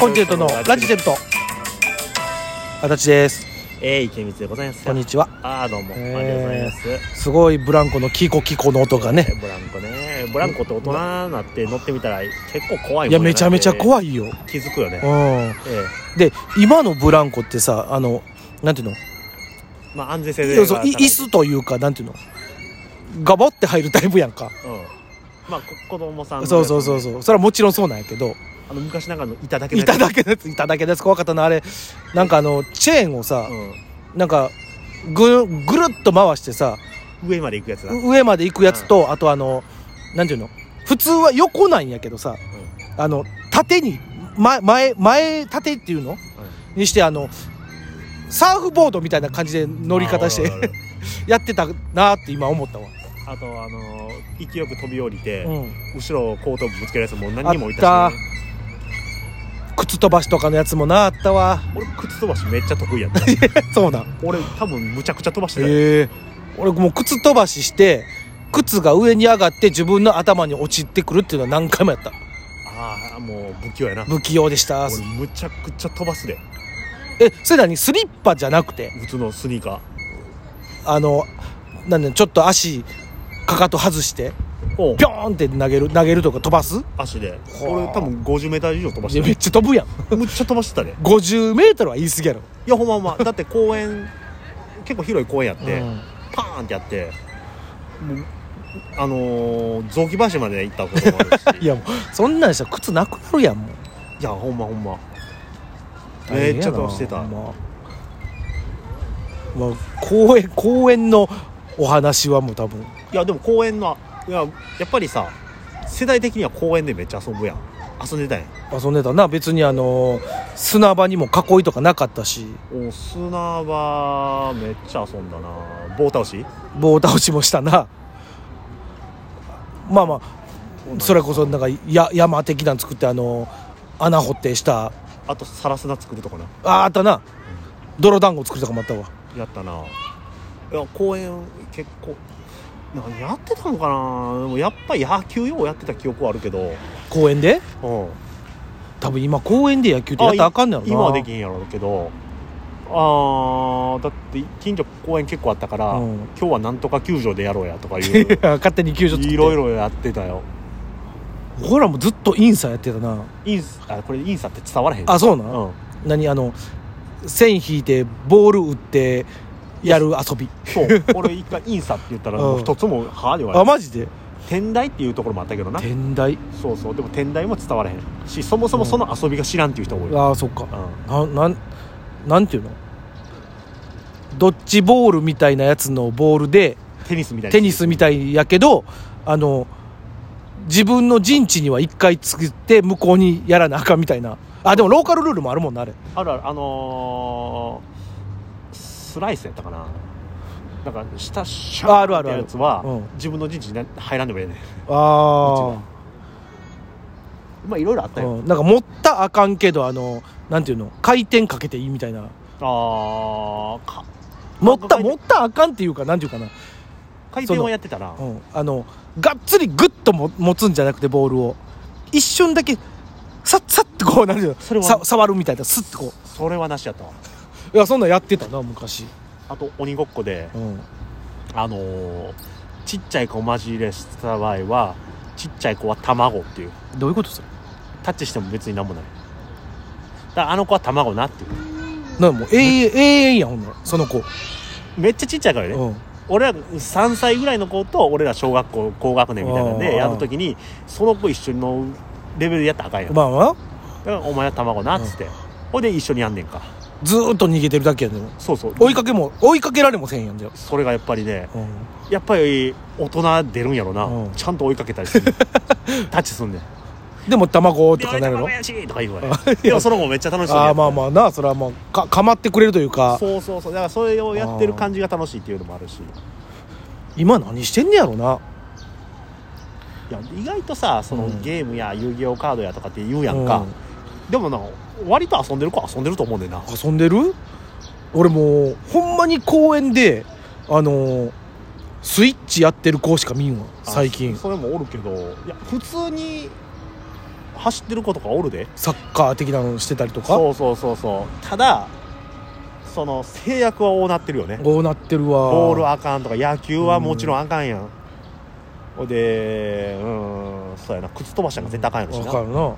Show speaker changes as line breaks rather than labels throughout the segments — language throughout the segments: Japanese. コンチェルトのラジチェルト。足立です。
えー、池光でございます。
こんにちは。
ああ、どうも、
えー
ありがとうございます。
すごいブランコのキコキコの音がね。
えーブランコね。ブランコって大人になって乗ってみたら結構怖い
いや、めちゃめちゃ
い。
怖いよ。
気づくよね。
うん。
え
で、今のブランコってさ、あの、なんていう
ー、
の
まあ安全性で。
そうそうい椅子というか、なんていうのガボって入るタイプやんか。
うん。まあ、こ子供さんのやつ
そうそうそうそう。それはもちろんそうなんやけど、
あの昔ながらの板だけのや
い
つ
ただけです、いただけです。怖かったな、あれ。なんかあの、チェーンをさ、なんか、ぐる、ぐるっと回してさ、
うん、上まで行くやつだ、うん、
上まで行くやつと、あとあのなんていうの普通は横なんやけどさあの縦に前前前縦っていうのにしてあのサーフボードみたいな感じで乗り方し
ああるあ
て
る
やってたなーって今思ったわ、
あとあのー勢いよく飛び降りて、
うん、
後ろを後頭部ぶつけるやつも何にもい
あ
た
っ
し、ね、
靴飛ばしとかのやつもなあっ たわ
俺靴飛ばしめっちゃ得意やった
そうなん
俺多分むちゃくちゃ飛ばしてたよ、
へえ俺もう靴飛ばしして靴が上に上がって自分の頭に落ちてくるっていうのは何回もやった
ああもう不器用やな
不器用でした
俺むちゃくちゃ飛ばすで
えそれ何スリッパじゃなくて
普通のスニーカ
あの、なんだちょっと足、かかと外して、
ーを
ぴょーんって投げる、投げるとか飛ばす
足で
ほう
俺多分50メーター以上飛ば
いや
し
め
て
っちゃ飛ぶやん。
たむっちゃ飛ばしてたで
50メートルは言い過ぎやろ。
いやほんまほんまだって公園結構広い公園やって、
うん
パーンってやってもうあのー、雑木林まで行ったこともあるし
いやもう、そんなんしたら靴なくなるやん、もう。
いやほんまほんま
大変や
め
な
っちゃ飛ばしてた
ほんままあ、公園、公園のお話はもう多分。
いやでも公園のいややっぱりさ世代的には公園でめっちゃ遊ぶやん遊んでたやん
遊んでたな別にあの砂場にも囲いとかなかったし
お砂場めっちゃ遊んだな棒倒し
棒倒しもしたなまあまあそれこそなんかや山的なん作ってあの穴掘ってした
あとサラスナ作るとかな
ああったな泥団子作るとかもあったわ
やったないや公園結構何やってたのかなでもやっぱり野球ようやってた記憶はあるけど、うん、
公園で多分今公園で野球ってやったらあかんねやろな
今はできへんやろうけどあーだって近所公園結構あったから、
うん
今日はなんとか球場でやろうやとかい う
勝手に球場作って
いろいろやってたよ
ほらもうずっとインサやってたな
インスあこれインサって伝わらへん
あそ
う、
うなんん、何あの線引いてボール打ってやる遊び
そう俺一回インサって言ったら
うん
もう一つも「はあ」言われ
あ
て
マジで
天台っていうところもあったけどな
天台
そうそうでも天台も伝わらへんしそもそもその遊びが知らんっていう人多い、うん
ああそっかななんなんていうのドッジボールみたいなやつのボールで
テニスみたいな
テニスみたいやけどあの自分の陣地には一回作って向こうにやらなあかんみたいなあでもローカルルールもあるもんなあれ
あるあるあのースライスやったかななんか下シャ
あある
ー
あ
っ
る
て
ある
やつは
うん
自分の陣地に入らんでもええね
あ
んまあいろいろあった
あ、
よ、
うん、なんか持ったらあかんけどあのなんていうの回転かけていいみたいな
あーか
持った
回転
持ったらあかんっていうかなんていうかな、
回
そ
転
の
はやってたな
うん、あのがっつりグッとも持つんじゃなくてボールを一瞬だけさっさってこうなんていうの
それは
さ触るみたいなスッてこう
それはなしやったわ
いやそんなんやってたな昔、
あと鬼ごっこで
うん、
あのーちっちゃい子を交えした場合はちっちゃい子は卵っていう
どういうことそれ
タッチしても別になんもないだからあの子は卵なっていう
なんかもう永遠永遠やほんならその子、
めっちゃちっちゃいからね、
うん、
俺ら3歳ぐらいの子と俺ら小学校高学年みたいなん
あー
でやるときにその子一緒のレベルでやったらあかんやんだか
まあまあ
らお前は卵なっつってほいで一緒にやんねんか
ずーっと逃げてるだけやでも
そうそう
追いかけも追いかけられもせんやんじゃ、
それがやっぱりね
うん、
やっぱり大人出るんやろな、
うん
ちゃんと追いかけたりす るタッチすんねん
でも卵
「
とかなるの
やし!」とか言 うわねでもその子めっちゃ楽しそうに
あ
や
あ
って
まあまあなそれはもうかかまってくれるというか
そうそうそうだからそれをやってる感じが楽しいっていうのもあるし
今何してんねやろない
や意外とさその
うん
ゲームや遊戯王カードやとかって言うやんか、でもな割と遊んでる子は遊んでると思うねんな
うん遊んでる俺もうほんまに公園であのースイッチやってる子しか見んわ最近
あそそれもおるけどいや普通に走ってる子とかおるで
サッカー的なのしてたりとか
そうそうそうそうただその制約はこうなってるよね
こうなってるわ
ボールあかんとか野球はもちろんあかんやん、ほん、でうんそうやな靴飛ばしたんが絶対あかんやろし
分
な
かるなだか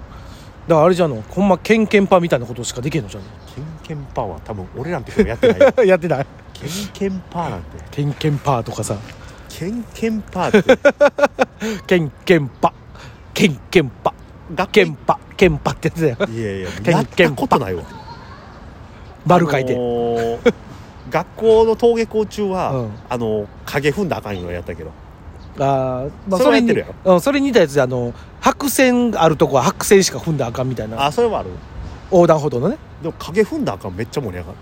らあれじゃのほんまケンケンパみたいなことしかできへんのじゃ
ケンケンパーは多分俺らの時 もやってない よ
んやってない
ケンケンパーなんて
ケンケンパーとかさ
ケンケンパ ーって
ケンケンパケンケンパ
学
ケ
校
ンパケンパってやつだよ
いや いや
ケンケンパ
やったことないわ
丸書いて、
あのー学校の登下校中は、
うん
あのー影踏んだらあかんいうのやったけど
あー、まあ
それはや
に
ってるや
うん、それに似たやつであの白線あるとこは白線しか踏んだらあかんみたいな
あそれはある
横断歩道のね
でも影踏んだらあかんめっちゃ盛り上がる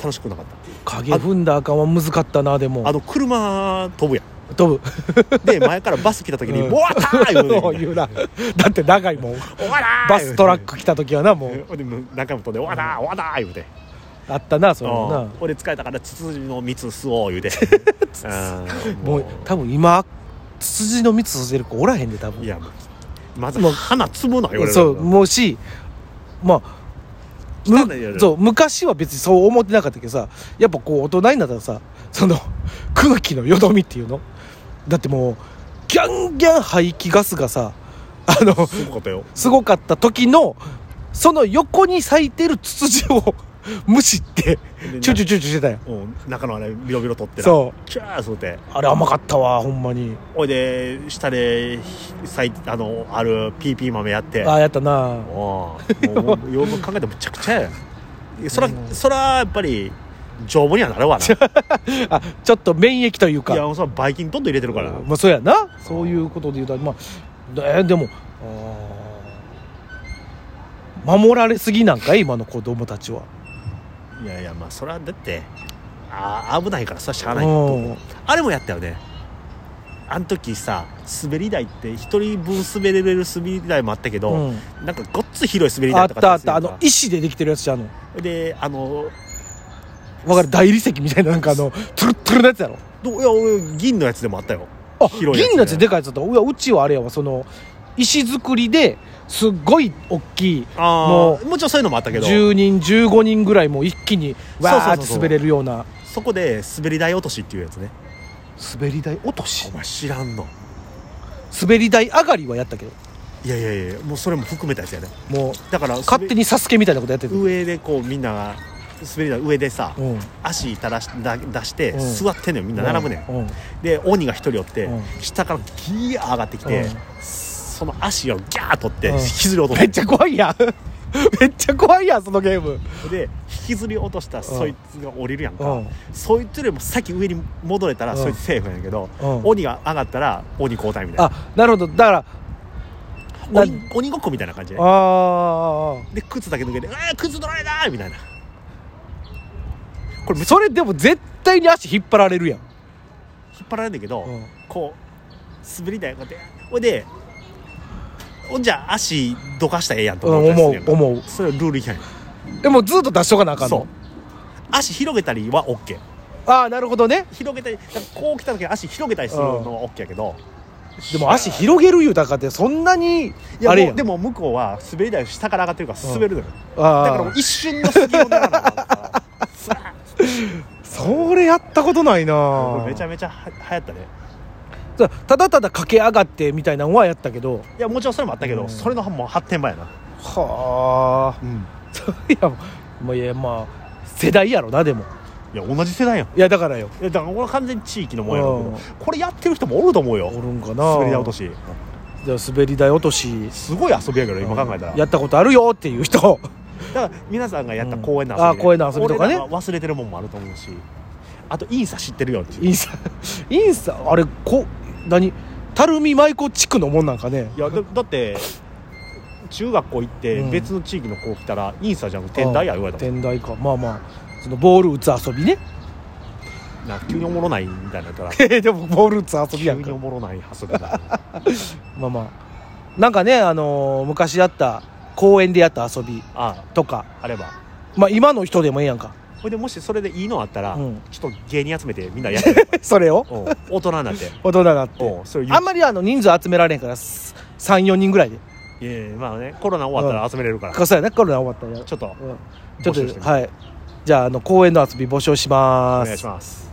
楽しくなかった
影踏んだらあかんは難かったなでも
あの車飛ぶや
飛ぶ
んで前からバス来た時に
うん
「ボワッター!」言うの
言うなだって長いもん
おわらー!」
バストラック来た時はなもう
クでも何回も飛んで「おわらーおわらー!」言うて
あったな
「
それもな
うん俺疲れたからツツジの蜜吸おう」 言うてうん
もう多分今ツツジの蜜吸ってる子おらへんで多分
いやもうまず
もう
花摘むなよ
そうもうしまあむ
汚いよね
そう昔は別にそう思ってなかったけどさやっぱこう大人になったらさその空気のよどみっていうのだってもうギャンギャン排気ガスがさあの
すごかったよ
すごかった時のその横に咲いてるツツジを 無視って
で
チューチューチューチューしてたよ
うん中のあれビロビロ取ってな
そ
キャー吸うて
うあれ甘かったわほんまに
ほいで下でさいあのあるピーピー豆やって
ああやったな
もうもうよく考えてむちゃくち ゃやいやそら
うん
そらやっぱ り丈夫にはなるわない
あちょっと免疫というか
やもうそらばい菌どんどん入れてるからな
まあそうやなそういうことで言うとまあえーでもあー守られすぎなんかい今の子供たちは、
いやいやまあそらだってあ危ないからそらしゃあ
う、
ないと思うんあれもやったよねあの時さ滑り台って一人分滑れる滑り台もあったけど、
うん
なんかごっつ広い滑り
あ
台
っ
と
た
か
あったあ
やつや
の
んか
石でできてるやつじゃんあの
であの
わかる大理石みたいななんかあのトゥルットゥルのやつやろ
どいや俺銀のやつでもあったよ
あ
広いやつね
銀のやつでかいやつだったいやうちはあれやわその石造りですっごい大きい
もうもちろんそういうのもあったけど
10人15人ぐらいもう一気にわー
そうそうそうそ
って
う
滑れるような
そこで滑り台落としっていうやつね
滑り台落とし
お前知らんの
滑り台上がりはやったけど
いやいやいやもうそれも含めたやつやね
もう
だから
勝手にサスケみたいなことやって
滑
る
り上でこうみんなが滑り台上でさ、
うん
足垂らしだ出して、
うん
座ってんのよみんな並ぶねん、
うん
で鬼が一人おって、
うん
下からギー上がってきて、
うん
その足をギャー取って、
うん
引きずり落と
めっ
し
ちゃ怖いやん めっちゃ怖いやんそのゲーム
たで引きずり落としたそいつが降りるやんか、
うん
そいつよりも先上に戻れたら、
うん
そいつセーフやねんけど、
うん
鬼が上がったら鬼交代みたいな
あなるほどだからな
鬼鬼ごっこみたいな感じで
あー
で靴だけ抜けて「ああ靴取られた!」みたいなこれめっちゃ
それでも絶対に足引っ張られるやん、
引っ張られるんだけど、
うん
こう滑り台こうやってほいでほんじゃ足どかしたらええやんと思ったりするやんか
うん思う思う
それはルール違反やん
でもずっと出しとかなあかん
そう
の
足広げたりは OK
ああなるほどね
広げたりだからこう来た時に足広げたりするのは OK やけど
でも足広げる言うたかってそんなに
いや
あれ
も
や
うんでも向こうは滑り台下から上がってるから滑るのよ、だからもう
ああ
一瞬の隙を狙わなあかんからスラ
それやったことない
ッ
な
めちゃめちゃは流行ったね
だただただ駆け上がってみたいなのはやったけど
いやもちろんそれもあったけど、
うん
それのもう発展版やな、
はあ
うん、
いやもういやまあ世代やろなでも
いや同じ世代やん
いやだからよ
いやだからこれ完全に地域のもんやろうけどこれやってる人もおると思うよ
おるんかな
滑り台落とし
じゃあ滑り台落とし
すごい遊びやけど今考えたら
やったことあるよっていう人
だから皆さんがやった
うん
公園の遊び、
あ公園の遊びとか
俺
ね
らは忘れてるもんもあると思うしあとインサ知ってるよっていう
インスタインスタあれこ何垂水舞子地区のもんなんかね
いやだだって中学校行って
うん
別の地域の子来たらインサじゃん天台や言われたもん
天台かまあまあそのボール打つ遊びね
なんか急におもろないみたいになったら
でもボール打つ遊び
急
やん
に
か
おもろない遊びだな
まあまあなんかねあのー昔やった公園でやった遊び
あ
とか
あれば
まあ今の人でもええやんか
ほいでもしそれでいいのあったら、
うん
ちょっと芸人集めてみんなやって る
それを
うん大人になって
大人になって
うんそれ言う
あんまりあの人数集められへんから34人ぐらいで
いやいやまあねコロナ終わったら集めれるから、
かそうやなコロナ終わったらやろ
ちょっと
う、うん、ちょ
募集し
ってと
みる
はいじゃああの公園の遊び募集し
お
ま
願い
す
します